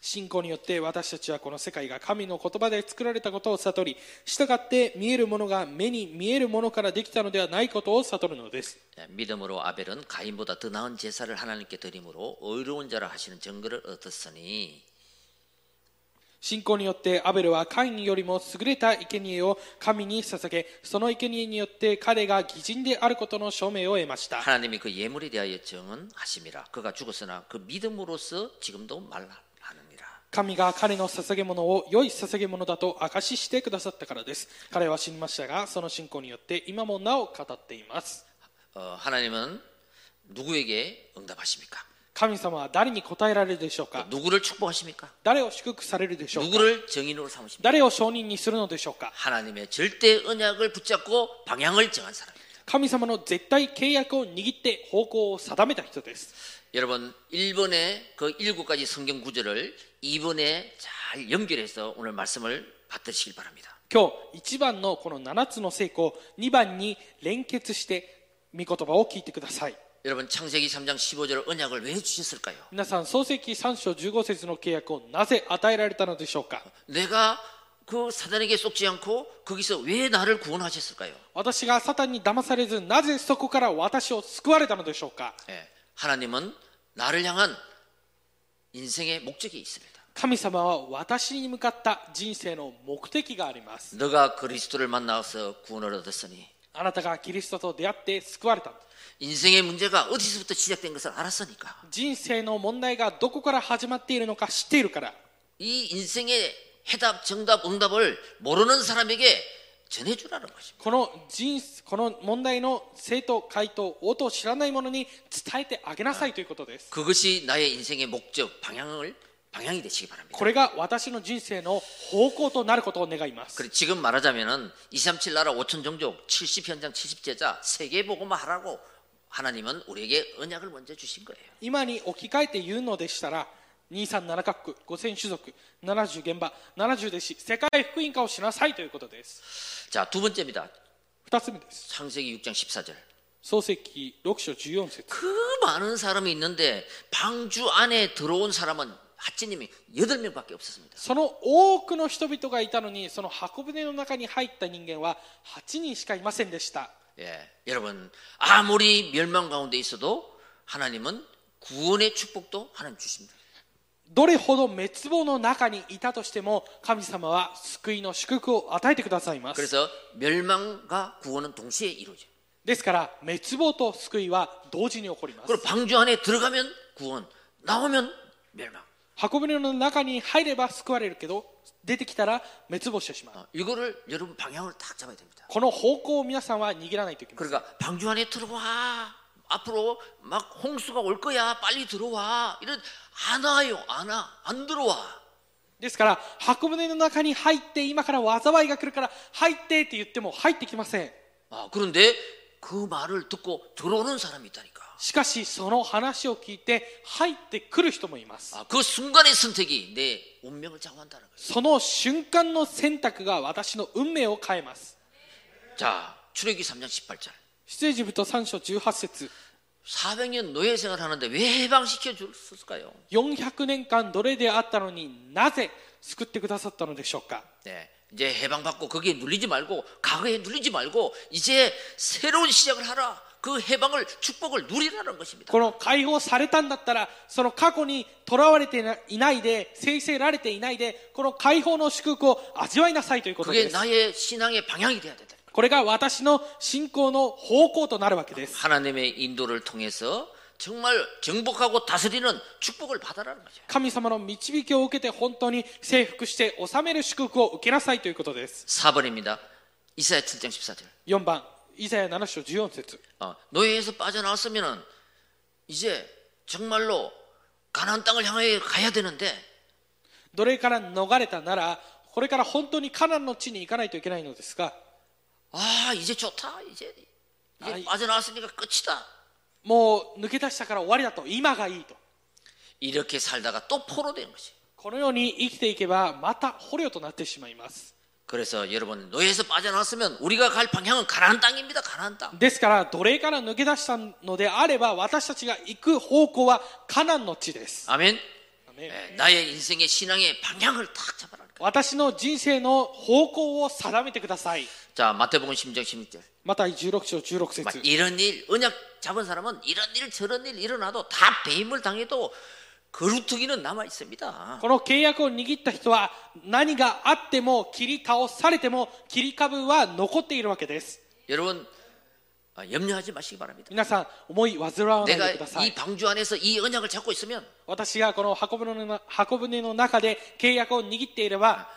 Speaker 2: 信仰によって私たちはこの世界が神の言葉で作られたことを悟り従って見えるものが目に見えるものからできたのではないことを悟るのです
Speaker 1: 예, 믿음으로 아벨은 가인보다 더 나은 제사를 하나님께 드림으로 의로운 자라 하시는 증거를 얻었으니
Speaker 2: 信仰によってアベルはカインよりも優れた生贄を神に捧げその生贄によって彼が義人であることの証明を得ました
Speaker 1: 하나님이 그 예물에 대하여 증언하심이라. 그가 죽었으나 그 믿음으로서 지금도 말하느니라.
Speaker 2: 神が彼の捧げ物を良い捧げ物だと証ししてくださったからです彼は死にましたがその信仰によって今もなお語っています
Speaker 1: 어, 하나님은 누구에게 응답하십니까?
Speaker 2: 神様は誰に答えられるでしょうか
Speaker 1: 누구를 축복하십니까?
Speaker 2: 誰を祝福されるでしょうか
Speaker 1: 누구를 정인으로 삼으십니까?
Speaker 2: 誰を証人にするのでしょうか
Speaker 1: 하나님의 절대 언약을 붙잡고 방향을 정한 사람.
Speaker 2: 神様の絶対契約を握って方向を定めた人です
Speaker 1: 여러분, 1번의 그 7가지 성경 구절을 2번에 잘 연결해서 오늘 말씀을 받으시길 바랍니다.
Speaker 2: 今日1番のこの7つの成功2番に連結して御言葉を聞いてください
Speaker 1: 여러분, 창세기 3장 15절 언약을 왜 주셨을까요?
Speaker 2: 皆さん創世記3章15節の契約をなぜ与えられたのでしょうか
Speaker 1: 내가 그 사단에게 쏙지 않고 거기서 왜 나를 구원하셨을까요?
Speaker 2: 私がサタンに騙されずなぜそこから私を救われたのでしょうか
Speaker 1: 예, 하나님은 나를 향한 인생의 목적이 있습니다.
Speaker 2: 神様は私に向かった人生の目的があります
Speaker 1: 너가 그리스도를 만나서 구원을 얻었으니
Speaker 2: あなたがキリストと出会って救われた
Speaker 1: 인생의 문제가 어디서부터 시작된 것을 알았으니까
Speaker 2: 人生の問題がどこから始まっているのか知っているから
Speaker 1: 이 인생의 해답, 정답, 응답을 모르는 사람에게 전해주라는 것입니다.
Speaker 2: この人この問題の正答回答応答を知らない者に伝えてあげなさいということです
Speaker 1: 그것이 나의 인생의 목적, 방향을 방향이 되시기 바랍니다.
Speaker 2: これが私の人生の方向となることを願います
Speaker 1: 그래 지금 말하자면은 237 나라 5천 종족 70 현장 70 제자 세계 보고만 하라고 하나님은 우리에게 언약을 먼저 주신 거예요.
Speaker 2: 今に置き換えて言うのでしたら237カ国5000種族70現場70弟子世界福音化をしなさいということです
Speaker 1: 자 두 번째입니다.
Speaker 2: 2つ目です
Speaker 1: 창세기 6장 14절.
Speaker 2: 創世記6章14節
Speaker 1: 그 많은 사람이 있는데 방주 안에 들어온 사람은 하찌님이 8명밖에 없었습니다.
Speaker 2: その多くの人々がいたのにその箱舟の中に入った人間は8人しかいませんでした
Speaker 1: 예, 여러분 아무리 멸망 가운데 있어도 하나님은 구원의 축복도 하나님 주십니다.
Speaker 2: どれほど滅亡の中にいたとしても神様は救いの祝福を与えてくださいます
Speaker 1: 그래서 멸망과 구원은 동시에 이루어져. 요
Speaker 2: ですから滅亡と救いは同時に起こります
Speaker 1: 그리고 방주 안에 들어가면 구원, 나오면 멸망.
Speaker 2: 箱舟の中に入れば救われるけど出てきたら滅亡してしまう
Speaker 1: 어, 이거를 여러분 방향을 딱 잡아야 됩니다.
Speaker 2: この方向を皆さんは握らないといけません
Speaker 1: 그러니까 방주 안에 들어와. 앞으로 막 홍수가 올 거야. 빨리 들어와. 이런 안 와요. 안 와. 안 들어와.
Speaker 2: ですから箱舟の中に入って今から災いが来るから入ってって言っても入ってきません
Speaker 1: 아, 그런데 그 말을 듣고 들어오는 사람이 있다니까.
Speaker 2: しかしその話を聞いて入ってくる人もいます
Speaker 1: 아, 그 순간의 선택이 내 운명을 좌우한다는 거예요.
Speaker 2: その瞬間の選択が私の運命を変えます
Speaker 1: 자, 출애기 3장 18절.
Speaker 2: 出エジプト3章18節
Speaker 1: 400년 노예 생활하는데 왜 해방시켜 줬을까요?
Speaker 2: 400年間奴隷であったのになぜ救ってくださったのでしょうか
Speaker 1: 네, 이제 해방받고 거기에 눌리지 말고 과거에 눌리지 말고 이제 새로운 시작을 하라. 그 해방을 축복을 누리라는 것입니다.
Speaker 2: この解放されたんだったらその過去にとらわれていないで制せられていないでこの解放の祝福を味わいなさいということ
Speaker 1: 그게
Speaker 2: です
Speaker 1: 나의 신앙의 방향이 돼야 된다.
Speaker 2: これが私の信仰の方向となるわけです
Speaker 1: 하나님의 인도를 통해서 정말 정복하고 다스리는 축복을 받아라는 거죠.
Speaker 2: 神様の導きを受けて本当に征服して治める祝福を受けなさいということです
Speaker 1: 4번입니다. 이사야 7장 14절.
Speaker 2: 4番イザヤ7章14節
Speaker 1: 어, 노예에서 빠져나왔으면 이제 정말로 가나안 땅을 향해 가야 되는데
Speaker 2: 奴隷から逃れたならこれから本当にカナンの地に行かないといけないのですが
Speaker 1: 아 이제 좋다 이제 이제
Speaker 2: 아이.
Speaker 1: 빠져나왔으니까 끝이다
Speaker 2: もう抜け出したから終わりだと今がいいと
Speaker 1: 이렇게 살다가 또 포로된 것이.
Speaker 2: このように生きていけばまた捕虜となってしまいます
Speaker 1: 그래서 여러분 노예에서 빠져나왔으면 우리가 갈 방향은 가나안 땅입니다. 가나안 땅.
Speaker 2: ですから奴隷から抜け出したのであれば私たちが行く方向はカナンの地です
Speaker 1: 아멘.
Speaker 2: アメン
Speaker 1: 예, 나의 인생의 신앙의 방향을 딱 잡아라.
Speaker 2: 私の人生の方向を定めてください
Speaker 1: 자 마태복음 10장 16절.
Speaker 2: また16章16節
Speaker 1: 막 이런 일 언약 잡은 사람은 이런 일 저런 일 일어나도 다 배임을 당해도 거루투기는 남아 있습니다.
Speaker 2: この契約を握った人は何があっても切り倒されても切り株は残っているわけです
Speaker 1: 여러분 아, 염려하지 마시기 바랍니다.
Speaker 2: 皆さん思い煩わない
Speaker 1: 내가
Speaker 2: でください
Speaker 1: 이 방주 안에서 이 언약을 잡고 있으면
Speaker 2: 私がこの箱舟の箱舟の中で契約を握っていれば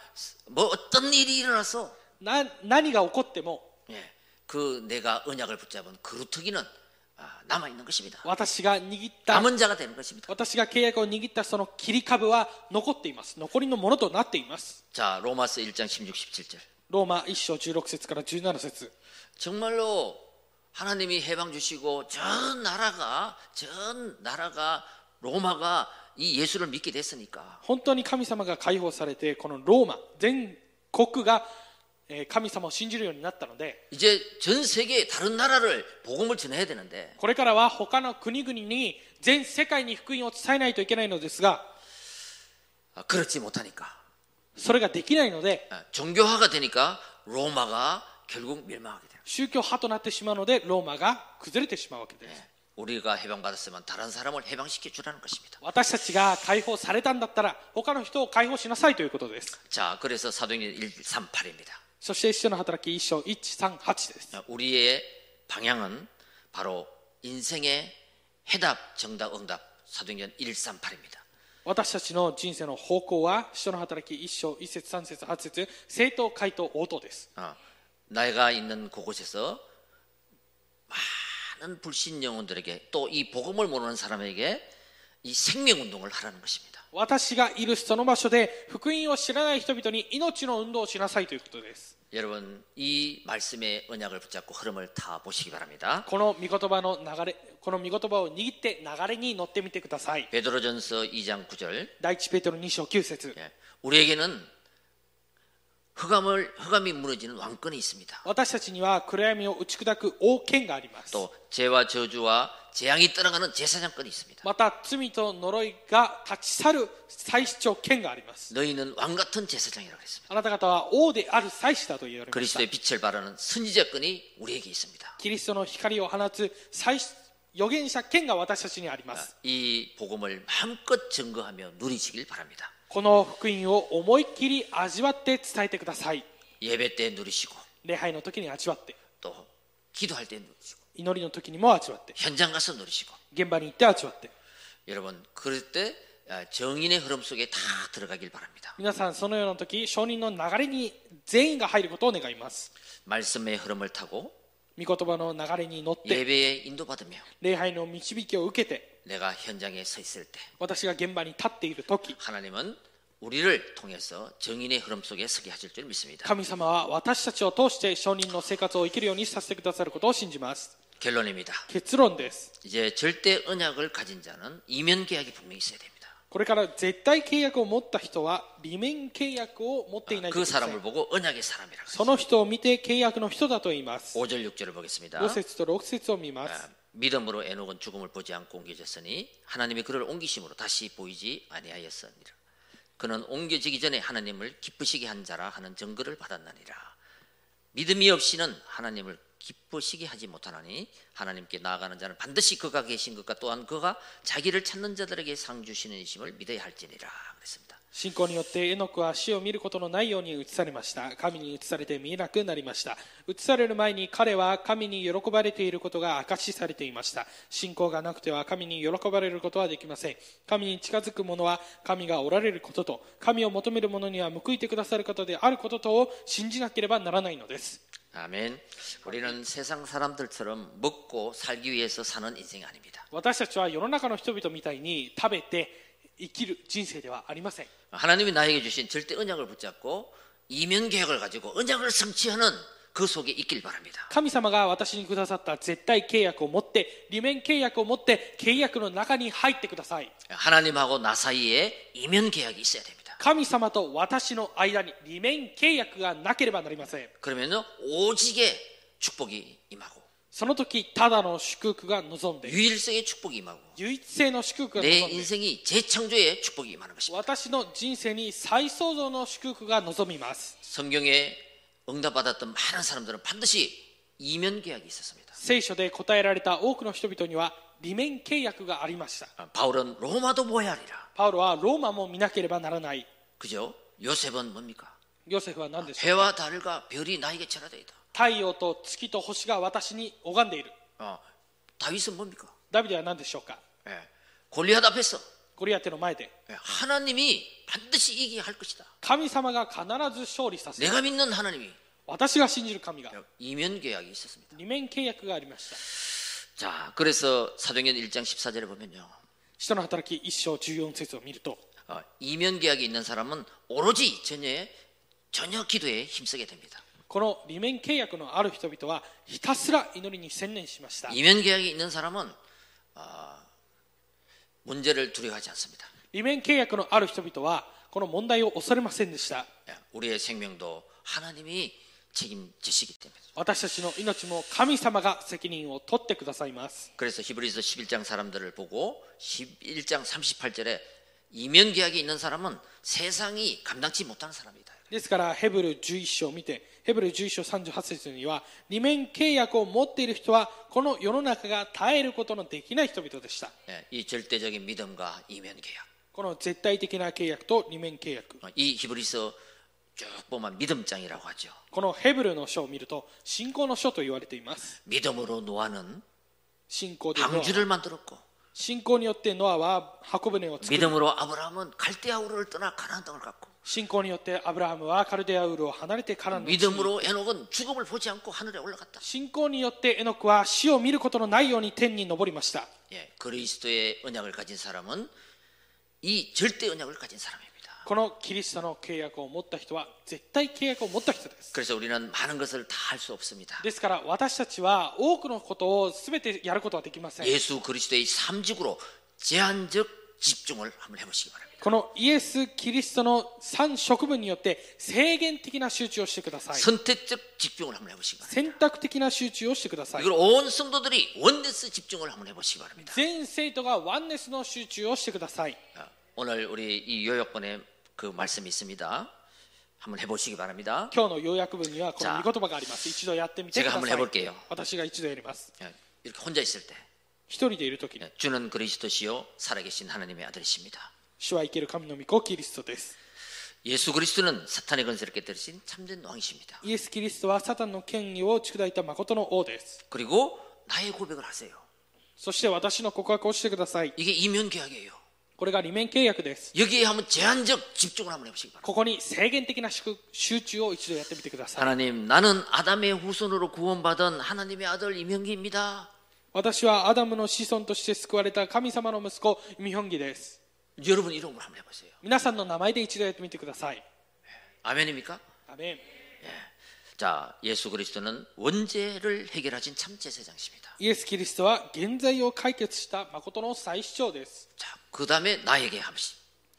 Speaker 1: 뭐 어떤 일이 일어나서
Speaker 2: な何が起こっても
Speaker 1: 예, 그 내가 언약을 붙잡은 그루터기는 아, 남아 있는 것입니다.
Speaker 2: 私が握った、
Speaker 1: 남은 자가 되는 것입니다.
Speaker 2: 私が契約を握ったその切り株は残っています。残りのものとなっています。
Speaker 1: 자, 로마서 1장 16, 17절.
Speaker 2: ローマ1章16節から17節
Speaker 1: 정말로 하나님이 해방 주시고 전 나라가 전 나라가 로마가 이 예수를 믿게 됐으니까
Speaker 2: 本当に神様が解放されて、このローマ、全国がえー神様を信じるようになったので、
Speaker 1: 이제 전 세계 다른 나라를 복음을 전해야 되는데
Speaker 2: これからは他の国々に全世界に福音を伝えないといけないのですが、
Speaker 1: 아, 그렇지 못하니까
Speaker 2: それができないので、
Speaker 1: 아, 종교화가 되니까 로마가 결국 멸망하게 돼요.
Speaker 2: 宗教派となってしまうので、ローマが崩れてしまうわけです。
Speaker 1: 우리가 해방받았으면 다른 사람을 해방시켜 주라는 것입니다.
Speaker 2: 私たちが解放されたんだったら、他の人を解放しなさいということです。
Speaker 1: 자, 그래서 사도행전 1, 3, 8입니다. 예,
Speaker 2: そして、一緒の働き一章138です。
Speaker 1: 우리의 방향은 바로 인생의 해답, 정답, 응답 사도행전 138입니다.
Speaker 2: 私たちの人生の方向は、使徒の働き1章、1節、3節、8節、正当、回答、応答です。
Speaker 1: 내가 어, 있는 그곳에서 많은 불신 영혼들에게 또 이 복음을 모르는 사람에게 이 생명 운동을 하라는 것입니다.
Speaker 2: 私がいるその場所で、福音を知らない人々に命の運動をしなさいということです。
Speaker 1: 여러분 이 말씀의 언약을 붙잡고 흐름을 타 보시기 바랍니다.
Speaker 2: この御言葉の流れ、この御言葉を握って流れに乗ってみてください。
Speaker 1: 베드로전서 2장 9절
Speaker 2: 第一ペテロ2章9節
Speaker 1: 예, 우리에게는 흑암을 흑암이 무너지는 왕권이 있습니다.
Speaker 2: 私たちには暗闇を打ち砕く王権があります。
Speaker 1: 또 죄와 저주와 재앙이 떠나가는 제사장권이 있습니다.
Speaker 2: また、罪と呪いが立ち去る最主張権があります。
Speaker 1: 너희는 왕 같은 제사장이라고 했습니다.
Speaker 2: あなた方は王である祭司だと言われました。
Speaker 1: 그리스도의 빛을 바라는 선지자권이 우리에게 있습니다.
Speaker 2: キリストの光を放つ最預言者権が私たちにあります。
Speaker 1: 이 복음을 마음껏 증거하며 누리시길 바랍니다.
Speaker 2: この福音を思いっきり味わって伝えてください。
Speaker 1: 예배 때 누리시고
Speaker 2: 礼拝の時に味わって、
Speaker 1: 또 기도할 때 누리시고
Speaker 2: 祈りの時にも味わって、
Speaker 1: 현장 가서 누리시고
Speaker 2: 現場に行って味わって。
Speaker 1: 여러분 그럴 때 아, 정인의 흐름 속에 다 들어가길 바랍니다.
Speaker 2: 皆さん、そのような時、証人の流れに全員が入ることを願います。
Speaker 1: 말씀의 흐름을 타고
Speaker 2: 御言葉の流れに乗って、
Speaker 1: 예배에 인도받으며
Speaker 2: 礼拝の導きを受けて、
Speaker 1: 내가 현장에 서 있을 때
Speaker 2: 私が現場に立っている時、
Speaker 1: 하나님은 우리를 통해서 정인의 흐름 속에 서게 하실 줄 믿습니다.
Speaker 2: 神様は私たちを通して証人の生活を生きるようにさせてくださることを信じます。
Speaker 1: 결론입니다.
Speaker 2: 結論です。
Speaker 1: 이제 절대 언약을 가진 자는 이면 계약이 분명히 있어야 됩니다.
Speaker 2: これから絶対契約を持った人は利面契約を持っていないと
Speaker 1: 그
Speaker 2: いけません
Speaker 1: 사람을 보고 언약의 사람이라고
Speaker 2: その人を見て契約の人だと言います。
Speaker 1: 5절 6절을 보겠습니다.
Speaker 2: 5節と6節を見ます。
Speaker 1: 아, 믿음으로 에녹은 죽음을 보지 않고 옮겨졌으니 하나님이 그를 옮기심으로 다시 보이지 아니하였으니라. 그는 옮겨지기 전에 하나님을 기쁘시게 한 자라 하는 증거를 받았느니라. 믿음이 없이는 하나님을 기쁘시게 하지 못하나니 하나님께 나아가는 자는 반드시 그가 계신 것과 또한 그가 자기를 찾는 자들에게 상 주시는 이심을 믿어야 할지니라 그랬습니다.
Speaker 2: 信仰によってエノクは死を見ることのないように移されました。神に移されて見えなくなりました。移される前に彼は神に喜ばれていることが証しされていました。信仰がなくては神に喜ばれることはできません。神に近づく者は神がおられることと、神を求める者には報いてくださる方であることとを信じなければならないのです。
Speaker 1: 아멘. 우리는 세상 사람들처럼 먹고 살기 위해서 사는 인생이 아닙니다.
Speaker 2: 私たちは世の中の人々みたいに食べて生きる人生ではありません
Speaker 1: 하나님이 나에게 주신 절대 언약을 붙잡고 이면 계약을 가지고 언약을 성취하는 그 속에 있길 바랍니다.
Speaker 2: 神様が私にくださった絶対契約を持って利面契約を持って契約の中に入ってください
Speaker 1: 하나님하고 나 사이에 이면 계약이 있어야 됩니다.
Speaker 2: 神様と私の間に利面契約がなければなりません
Speaker 1: 그러면요 오직의 축복이 임하고
Speaker 2: その時ただの祝福が望んで
Speaker 1: 유일성의 축복이 임하고
Speaker 2: 唯一性の祝福が
Speaker 1: 내
Speaker 2: 望んで
Speaker 1: 인생이 재창조의 축복이 임하는 것입니다.
Speaker 2: 私の人生に再創造の祝福が望みます
Speaker 1: 성경에 응답받았던 많은 사람들은 반드시 이면 계약이 있었습니다.
Speaker 2: 聖書で答えられた多くの人々には利面契約がありました
Speaker 1: 아, 바울은 로마도 모여야 하리라.
Speaker 2: パウロはローマも見なければならない
Speaker 1: 그죠? 요셉은 뭡니까?
Speaker 2: ヨセフは何でしょう
Speaker 1: 해와 달과 별이 나에게 절하되 있다.
Speaker 2: 太陽と月と星が私に拝んでいる
Speaker 1: 어, 다윗은 뭡니까?
Speaker 2: ダビデは何でしょうか
Speaker 1: 예. 골리앗 앞에서
Speaker 2: ゴリアテの前で
Speaker 1: 예, 하나님이 반드시 이기게 할 것이다.
Speaker 2: 神様が必ず勝利させる
Speaker 1: 내가 믿는 하나님이
Speaker 2: 私が信じる神が
Speaker 1: 예. 이면 계약이 있었습니다.
Speaker 2: 二面契約がありました
Speaker 1: 자, 그래서 사도행전 1장 14절에 보면요.
Speaker 2: 使徒の働き1章14節を見ると
Speaker 1: 어, 이면 계약이 있는 사람은 오로지 전혀 전혀 기도에 힘쓰게 됩니다.
Speaker 2: この利面契約のある人々はひたすら祈りに専念しました
Speaker 1: 이면 계약이 있는 사람은 어, 문제를 두려워하지 않습니다.
Speaker 2: 利面契約のある人々はこの問題を恐れませんでした
Speaker 1: 예, 우리의 생명도 하나님이 책임지시기 때문에.
Speaker 2: 私たちの命も神様が責任を取ってくださいます
Speaker 1: 그래서 히브리서 11장 사람들을 보고 11장 38절에 이면 계약이 있는 사람은 세상이 감당치 못하는 사람이다.
Speaker 2: ですからヘブル11章を見てヘブル11章38節には利面契約を持っている人はこの世の中が耐えることのできない人々でした
Speaker 1: 예, 이 절대적인 믿음과 이면 계약.
Speaker 2: この絶対的な契約と利面契約
Speaker 1: 어, 이 히브리서 쭉 보면 믿음장이라고 하죠.
Speaker 2: このヘブルの書を見ると信仰の書と言われています
Speaker 1: 믿음으로 노아는
Speaker 2: 信仰でノア
Speaker 1: 방주를 만들었고
Speaker 2: 信仰によってノアは箱舟を作り
Speaker 1: 믿음으로 아브라함은 갈대아우르를 떠나 가나안 땅을 갔고
Speaker 2: 信仰によってアブラハムはカルデアウルを離れてからの地
Speaker 1: 믿음으로 에녹은 죽음을 보지 않고 하늘에 올라갔다.
Speaker 2: 信仰によってエノクは死を見ることのないように天に昇りました
Speaker 1: 예, 그리스도의 언약을 가진 사람은 이 절대 언약을 가진 사람입니다.
Speaker 2: このキリストの契約を持った人は絶対契約を持った人です
Speaker 1: 그래서 우리는 많은 것을 다 할 수 없습니다.
Speaker 2: ですから私たちは多くのことを全てやることはできません
Speaker 1: 예수 그리스도의 삼직으로 제한적 집중을 한번 해보시기 바랍니다.
Speaker 2: このイエス・キリストの三職分によって制限的な集中をしてください
Speaker 1: 선택적 집중을 한번 해보시기 바랍니다.
Speaker 2: 選択的な集中をしてください
Speaker 1: 이걸 온 성도들이 원네스 집중을 한번 해보시기 바랍니다.
Speaker 2: 全生徒がワンネスの集中をしてください
Speaker 1: 어, 오늘 우리 이 요약본에 그 말씀이 있습니다. 한번 해보시기 바랍니다.
Speaker 2: 今日の要約文にはこ
Speaker 1: じゃ
Speaker 2: の
Speaker 1: あ
Speaker 2: 御言葉があります一度やってみてくださ
Speaker 1: 제가한번해볼게
Speaker 2: い
Speaker 1: 요
Speaker 2: 私が一度やります
Speaker 1: 예, 이렇게 혼자 있을 때
Speaker 2: 一人でいる時に
Speaker 1: 예, 주는 그리스도시요 살아계신 하나님의 아들이십니다.
Speaker 2: 主は生ける神の御子キリストです
Speaker 1: 예수 그리스도는 사탄의 권세를 깨뜨리신 참된 왕이십니다.
Speaker 2: イエス・キリストはサタンの権威を砕いた誠の王です
Speaker 1: 그리고 나의 고백을 하세요.
Speaker 2: そして私の告白をしてください
Speaker 1: 이게 이면 계약이에요.
Speaker 2: これが利面契約です
Speaker 1: 여기에 한번 제한적 집중을 한번 해보시기 바랍니다.
Speaker 2: ここに制限的な集集中を一度やってみてください
Speaker 1: 하나님, 나는 아담의 후손으로 구원받은 하나님의 아들 이명기입니다.
Speaker 2: 私はアダムの子孫として救われた神様の息子ミヒョンギです
Speaker 1: 여러분 이름으로 한번 해보세요.
Speaker 2: 皆さんの名前で一度やってみてください
Speaker 1: 아멘입니까?
Speaker 2: アメン
Speaker 1: 자, 예수 그리스도는 원죄를 해결하신 참 제사장이십니다.
Speaker 2: イエス・キリストは現在を解決した誠の再主張です
Speaker 1: 자, 그 다음에 나에게 합시.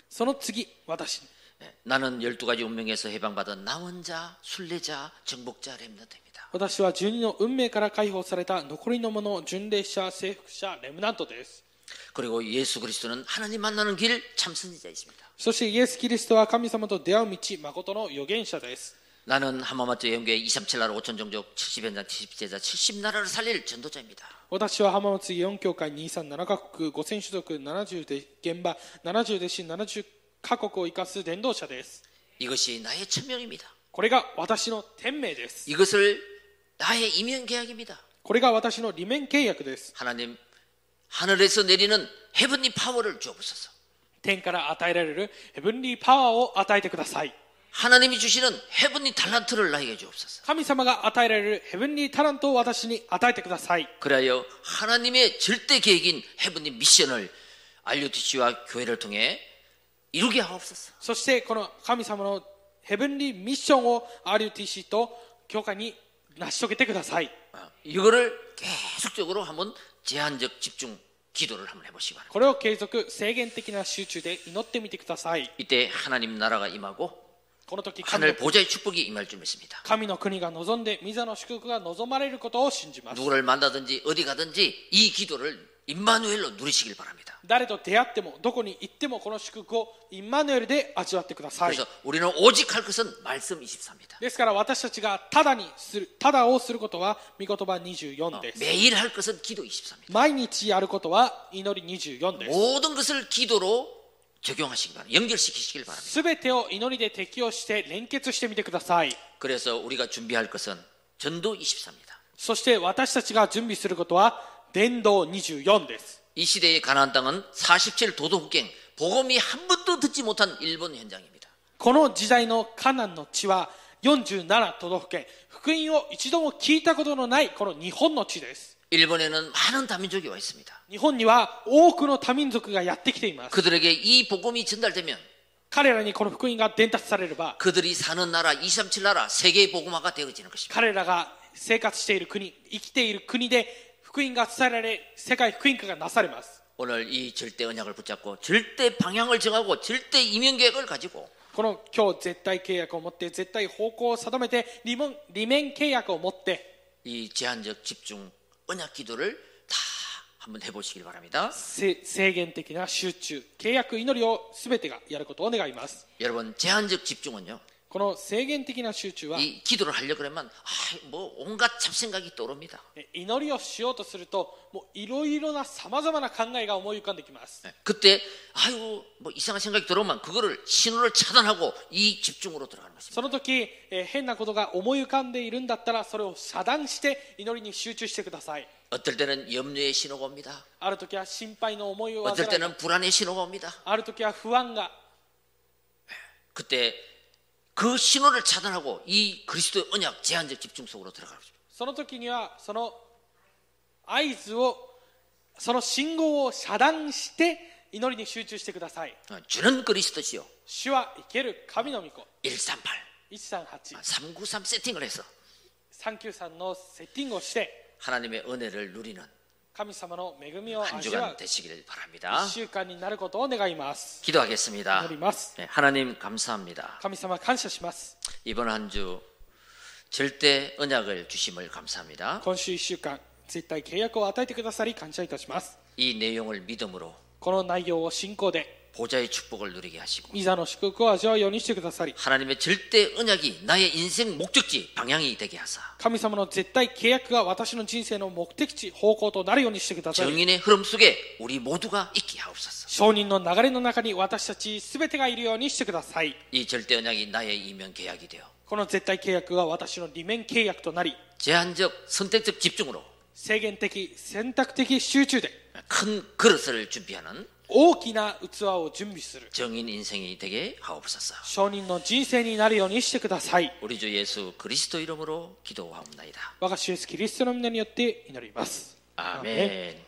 Speaker 2: その次私に
Speaker 1: 예, 나는 12가지 운명에서 해방받은 나 혼자, 순례자, 정복자, 렘넌트입니다.
Speaker 2: 私は12の運命から解放された残りの者巡礼者征服者レムナントです
Speaker 1: 그리고 예수 그리스도는 하나님 만나는 길 참선지자이십니다.
Speaker 2: そしてイエス・キリストは神様と出会う道誠の預言者です
Speaker 1: 나는 하마마트 예언교회 237나라 5천 종족 70연장 70제자 70나라를 살릴 전도자입니다.
Speaker 2: 私は浜松4教会237カ国5000種族70で現場70弟子70カ国を生かす伝道者です
Speaker 1: 이것이 나의 천명입니다.
Speaker 2: これが私の天命です
Speaker 1: 이것을 나의 이면 계약입니다.
Speaker 2: これが私の利面契約です
Speaker 1: 하나님 하늘에서 내리는 헤븐리 파워를 주옵소서.
Speaker 2: 天から与えられるヘブンリーパワーを与えてください
Speaker 1: 하나님이 주시는 헤븐리 달란트를 나에게 주옵소서.
Speaker 2: 神様が与えられるヘブンリータラントを私に与えてください
Speaker 1: 그리하여 하나님의 절대 계획인 헤븐리 미션을 RUTC와 교회를 통해 이루게 하옵소서.
Speaker 2: そしてこの神様のヘブンリーミッションを RUTC と教会に成し遂げてください
Speaker 1: 어, 이거를 계속적으로 한번 제한적 집중 기도를 한번 해보시기 바랍니다.
Speaker 2: これを継続制限的な集中で祈ってみてください
Speaker 1: 이때 하나님 나라가 임하고
Speaker 2: この時神の
Speaker 1: 하늘 보좌의 축복이 임할 줄 믿습니다.
Speaker 2: 神の国が望んで御座の祝福が望まれることを信じます
Speaker 1: 누구를 만나든지 어디 가든지 이 기도를 임마누엘로 누리시길 바랍니다.
Speaker 2: 誰と出会ってもどこに行ってもこの祝福をインマヌエルで味わってください
Speaker 1: 그래서 우리는 오직 할 것은 말씀 24입니다.
Speaker 2: ですから私たちがただにするただをすることは御言葉24です
Speaker 1: 매일 할 것은 기도 24입니다.
Speaker 2: 毎日やることは祈り24です
Speaker 1: 모든 것을 기도로 적용하시길 바랍니다. 연결시키시길 바랍니다.
Speaker 2: すべてを祈りで適用して連結してみてください
Speaker 1: 그래서 우리가 준비할 것은 전도 24입니다.
Speaker 2: そして私たちが準備することは伝道24です
Speaker 1: 이 시대의 가나안 땅은 47 도덕국행 복음이 한 번도 듣지 못한 일본 현장입니다.
Speaker 2: この時代のカナンの地は47都道府県福音を一度も聞いたことのないこの日本の地です
Speaker 1: 일본에는 많은 다민족이 와 있습니다.
Speaker 2: 日本には多くの多民族がやってきています。
Speaker 1: 그들에게 이 복음이 전달되면
Speaker 2: 彼らにこの福音が伝達されれば、
Speaker 1: 그들이 사는 나라 237 나라 세계의 복음화가 되어지는 것입니다.
Speaker 2: 彼らが生活している国、生きている国で福音が伝えられ、世界福音化がなされます。
Speaker 1: 오늘 이 절대 언약을 붙잡고 절대 방향을 정하고 절대 이면 계획을 가지고
Speaker 2: この今日絶対契約を持って、絶対方向を定めて、利門利面契約を持って、
Speaker 1: 이 제한적 집중 언약 기도를 다 한번 해보시길 바랍니다.
Speaker 2: せ制限的な集中、契約祈りを全てがやることを願います。
Speaker 1: 여러분 제한적 집중은요
Speaker 2: この制限的な集中は、
Speaker 1: 이 기도를 하려 그러면 아, 뭐 온갖 잡생각이 떠오릅니다.
Speaker 2: え祈りをしようとすると、もういろいろなさまざまな考えが思い浮かんできます。
Speaker 1: 예, 그때 아유 뭐 이상한 생각이 들어오면 그거를 신호를 차단하고 이 집중으로 들어가는 것입니다.
Speaker 2: その時、えー変なことが思い浮かんでいるんだったらそれを遮断して祈りに集中してください
Speaker 1: 어떨 때는 염려의 신호가 옵니다.
Speaker 2: ある時は心配の思いを
Speaker 1: 어떨
Speaker 2: 患い
Speaker 1: 때는 불안의 신호가 옵니다.
Speaker 2: ある時は不安が
Speaker 1: 그때 그 신호를 차단하고 이 그리스도의 언약 제한적 집중 속으로 들어가는 것입니다.
Speaker 2: その時にはその合図をその信号を遮断して祈りに集中してください
Speaker 1: 어, 주는 그리스도시요
Speaker 2: 主は生ける神の御子
Speaker 1: 138
Speaker 2: 138
Speaker 1: 393 세팅을 해서
Speaker 2: 393のセッティングをして
Speaker 1: 하나님의 은혜를 누리는
Speaker 2: 神様の恵みを
Speaker 1: 한
Speaker 2: 味わ
Speaker 1: 주간
Speaker 2: う
Speaker 1: 되시기를
Speaker 2: 1
Speaker 1: 바랍니다.
Speaker 2: 週間になることを願います
Speaker 1: 기도하겠습니다.
Speaker 2: 祈ります
Speaker 1: 네, 하나님 감사합니다.
Speaker 2: 神様感謝します
Speaker 1: 이번 한 주 절대 언약을 주심을 감사합니다.
Speaker 2: 今週1週間絶対契約を与えてくださり感謝いたします
Speaker 1: 이 내용을 믿음으로
Speaker 2: この内容を信仰で
Speaker 1: 보좌의 축복을 누리게 하시고
Speaker 2: ミザの祝福を味わうようにしてくださり
Speaker 1: 하나님의 절대 언약이 나의 인생 목적지 방향이 되게 하사
Speaker 2: 神様の絶対契約が私の人生の目的地方向となるようにしてくださり
Speaker 1: 정인의 흐름 속에 우리 모두가 있게 하옵소서.
Speaker 2: 証人の流れの中に私たち全てがいるようにしてください
Speaker 1: 이 절대 언약이 나의 이면 계약이 되어
Speaker 2: この絶対契約が私の利面契約となり
Speaker 1: 제한적 선택적 집중으로
Speaker 2: 制限的選択的集中で
Speaker 1: 큰 그릇을 준비하는
Speaker 2: 大きな器を準備する
Speaker 1: 정인 인생이 되게 하옵소서.
Speaker 2: 証人の人生になるようにしてください
Speaker 1: 우리 주 예수 그리스도 이름으로 기도하옵나이다.
Speaker 2: 我が主イエスキリストの皆によって祈ります
Speaker 1: 아멘.